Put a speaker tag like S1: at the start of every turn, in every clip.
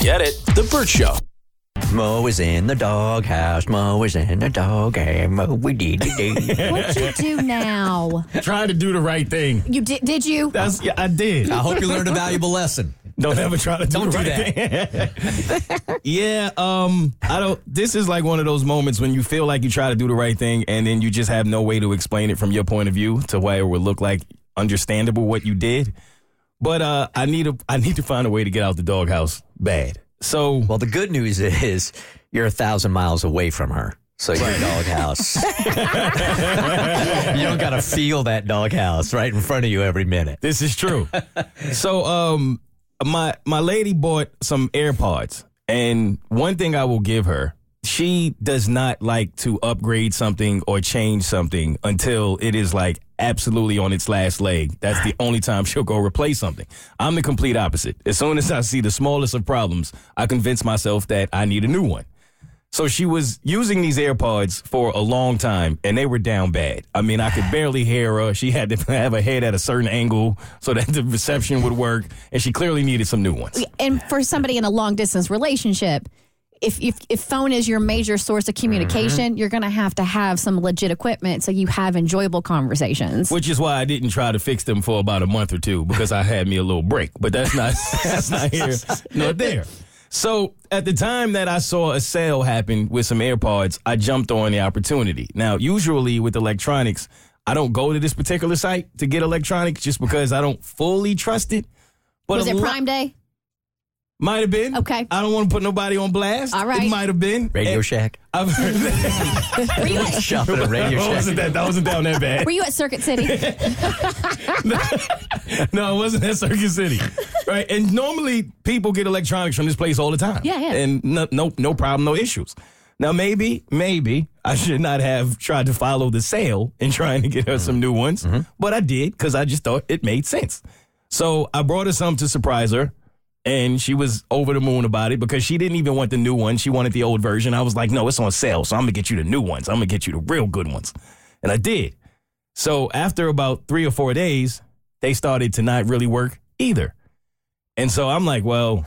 S1: Get it? The Burt Show.
S2: Mo is in the doghouse. Mo is in the doghouse. Mo, we did it.
S3: What'd you do now?
S4: Trying to do the right thing.
S3: You did? Did you?
S4: That's yeah, I did.
S5: I hope you learned a valuable lesson.
S4: Don't ever try to do
S5: Don't
S4: the
S5: do
S4: right thing. yeah, um, I don't. This is like one of those moments when you feel like you try to do the right thing, and then you just have no way to explain it from your point of view to why it would look like understandable what you did. But uh, I need a, I need to find a way to get out the doghouse bad. So
S2: well, the good news is you're a thousand miles away from her. So your doghouse. you don't got to feel that doghouse right in front of you every minute.
S4: This is true. so um my my lady bought some AirPods and one thing I will give her, she does not like to upgrade something or change something until it is like absolutely on its last leg. That's the only time she'll go replace something. I'm the complete opposite. As soon as I see the smallest of problems, I convince myself that I need a new one. So she was using these AirPods for a long time, and they were down bad. I mean, I could barely hear her. She had to have her head at a certain angle so that the reception would work, and she clearly needed some new ones.
S3: And for somebody in a long distance relationship, if, if, if phone is your major source of
S4: Mm-hmm.
S3: communication, you're going to have to have some legit equipment so you have enjoyable conversations.
S4: Which is why I didn't try to fix them for about a month or two because I had me a little break. But that's not that's not here nor there. So at the time that I saw a sale happen with some AirPods, I jumped on the opportunity. Now, usually with electronics, I don't go to this particular site to get electronics just because I don't fully trust it. But
S3: was
S4: a
S3: it
S4: lot-
S3: Prime Day?
S4: Might have been.
S3: Okay.
S4: I don't want to put nobody on blast.
S3: All right.
S4: It might have been.
S2: Radio
S4: And
S2: Shack.
S4: I've heard that.
S3: Were you at,
S2: Shopping at Radio
S4: That
S2: Shack.
S4: wasn't that, that wasn't down that bad.
S3: were you at Circuit City?
S4: no, it wasn't at Circuit City. Right. And normally people get electronics from this place all the time.
S3: Yeah, yeah.
S4: And no, no, no problem, no issues. Now, maybe, maybe I should not have tried to follow the sale in trying to get her some new ones,
S3: Mm-hmm.
S4: but I did because I just thought it made sense. So I brought her some to surprise her, and she was over the moon about it because she didn't even want the new one. She wanted the old version. I was like, no, it's on sale, so I'm going to get you the new ones. I'm going to get you the real good ones. And I did. So after about three or four days, they started to not really work either. And so I'm like, well,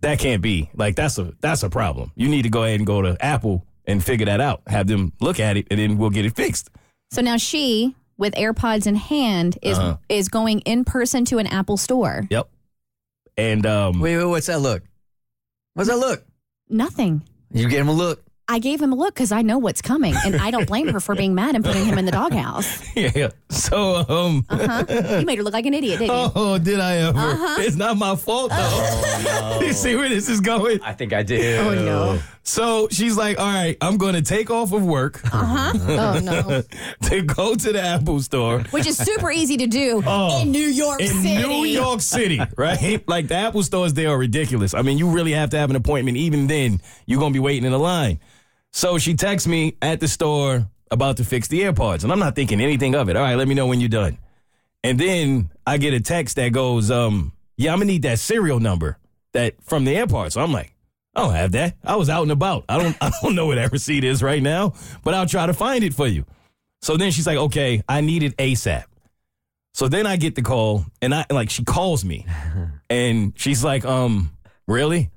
S4: that can't be. Like that's a that's a problem. You need to go ahead and go to Apple and figure that out. Have them look at it and then we'll get it fixed.
S3: so now she, with AirPods in hand, is
S4: Uh-huh.
S3: is going in person to an Apple store.
S4: Yep. And um
S2: Wait, wait, what's that look? What's that look?
S3: Nothing.
S2: You give him a look.
S3: I gave him a look because I know what's coming, and I don't blame her for being mad and putting him in the doghouse.
S4: yeah, yeah. So um
S3: Huh? You made her look like an idiot, didn't you?
S4: Oh, did I ever? It's not my fault though. you see where this is going?
S2: I think I did. Oh,
S3: no.
S4: So she's like, all right, I'm gonna take off of work Uh-huh.
S3: Oh no!
S4: to go to the Apple store
S3: Which is super easy to do in New York
S4: Oh. in
S3: City.
S4: New York City, right? like the Apple stores there are ridiculous. I mean, you really have to have an appointment. Even then, you're gonna be waiting in a line. So she texts me at the store about to fix the AirPods, and I'm not thinking anything of it. All right, let me know when you're done. And then I get a text that goes, um, "Yeah, I'm gonna need that serial number that from the AirPods." So I'm like, "I don't have that. I was out and about. I don't, I don't know where that receipt is right now, but I'll try to find it for you." So then she's like, "Okay, I need it ASAP." So then I get the call, and I like she calls me, and she's like, "Um, really?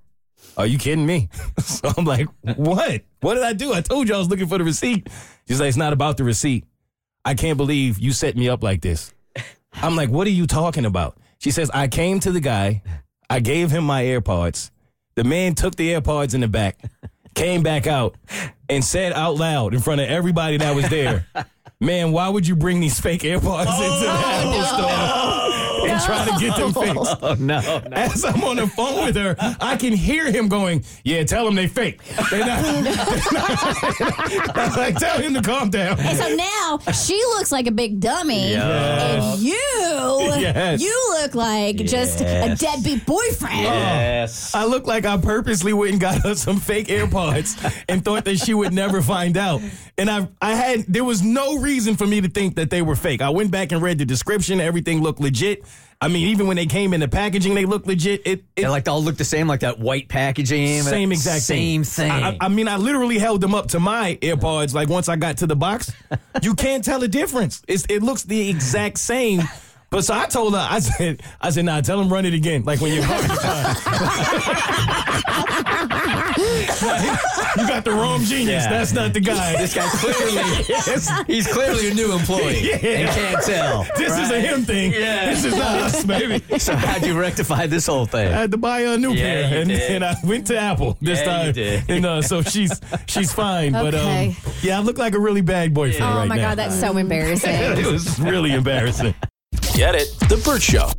S4: Are you kidding me?" so I'm like, "What? What did I do? I told you I was looking for the receipt." She's like, "It's not about the receipt. I can't believe you set me up like this." I'm like, "What are you talking about?" She says, "I came to the guy, I gave him my AirPods. The man took the AirPods in the back, came back out, and said out loud in front of everybody that was there." Man, why would you bring these fake AirPods into the Apple store and try to get them fixed?
S2: no.
S4: As I'm on the phone with her, I can hear him going, "Yeah, tell him they fake." They're not- I'm like, tell him to calm down.
S3: And so now she looks like a big dummy, and you,
S4: Yes.
S3: you look like just a
S2: Yes.
S3: deadbeat boyfriend.
S2: Yes.
S4: I look like I purposely went and got her some fake AirPods and thought that she would never find out. And I I had there was no reason for me to think that they were fake. I went back and read the description, everything looked legit. I mean, even when they came in the packaging, they looked legit. It, it
S2: They like they all look the same, like that white packaging. uh,
S4: Same exact
S2: same thing.
S4: I, I- I mean, I literally held them up to my AirPods. Like once I got to the box, you can't tell the difference. It's, it looks the exact same. But so I told her, I said, I said, nah, tell him run it again. Like when you're you got the wrong genius.
S1: Yeah.
S4: That's not the guy.
S2: This guy clearly,
S4: Yes.
S2: he's clearly a new employee and can't tell.
S4: This is a him thing.
S1: Yeah.
S4: This is not us, baby.
S2: So how'd you rectify this whole
S4: I
S2: thing?
S4: had to buy her a new
S1: Yeah,
S4: pair,
S1: you
S4: and,
S1: did.
S4: and I went to Apple this
S1: Yeah, you
S4: time.
S1: did.
S4: And uh, so she's she's fine, but um,
S3: Okay.
S4: yeah, I look like a really bad boyfriend
S3: Oh
S4: right
S3: my
S4: now.
S3: God, that's so embarrassing.
S4: it was really embarrassing.
S1: Get it?
S2: The Burt Show.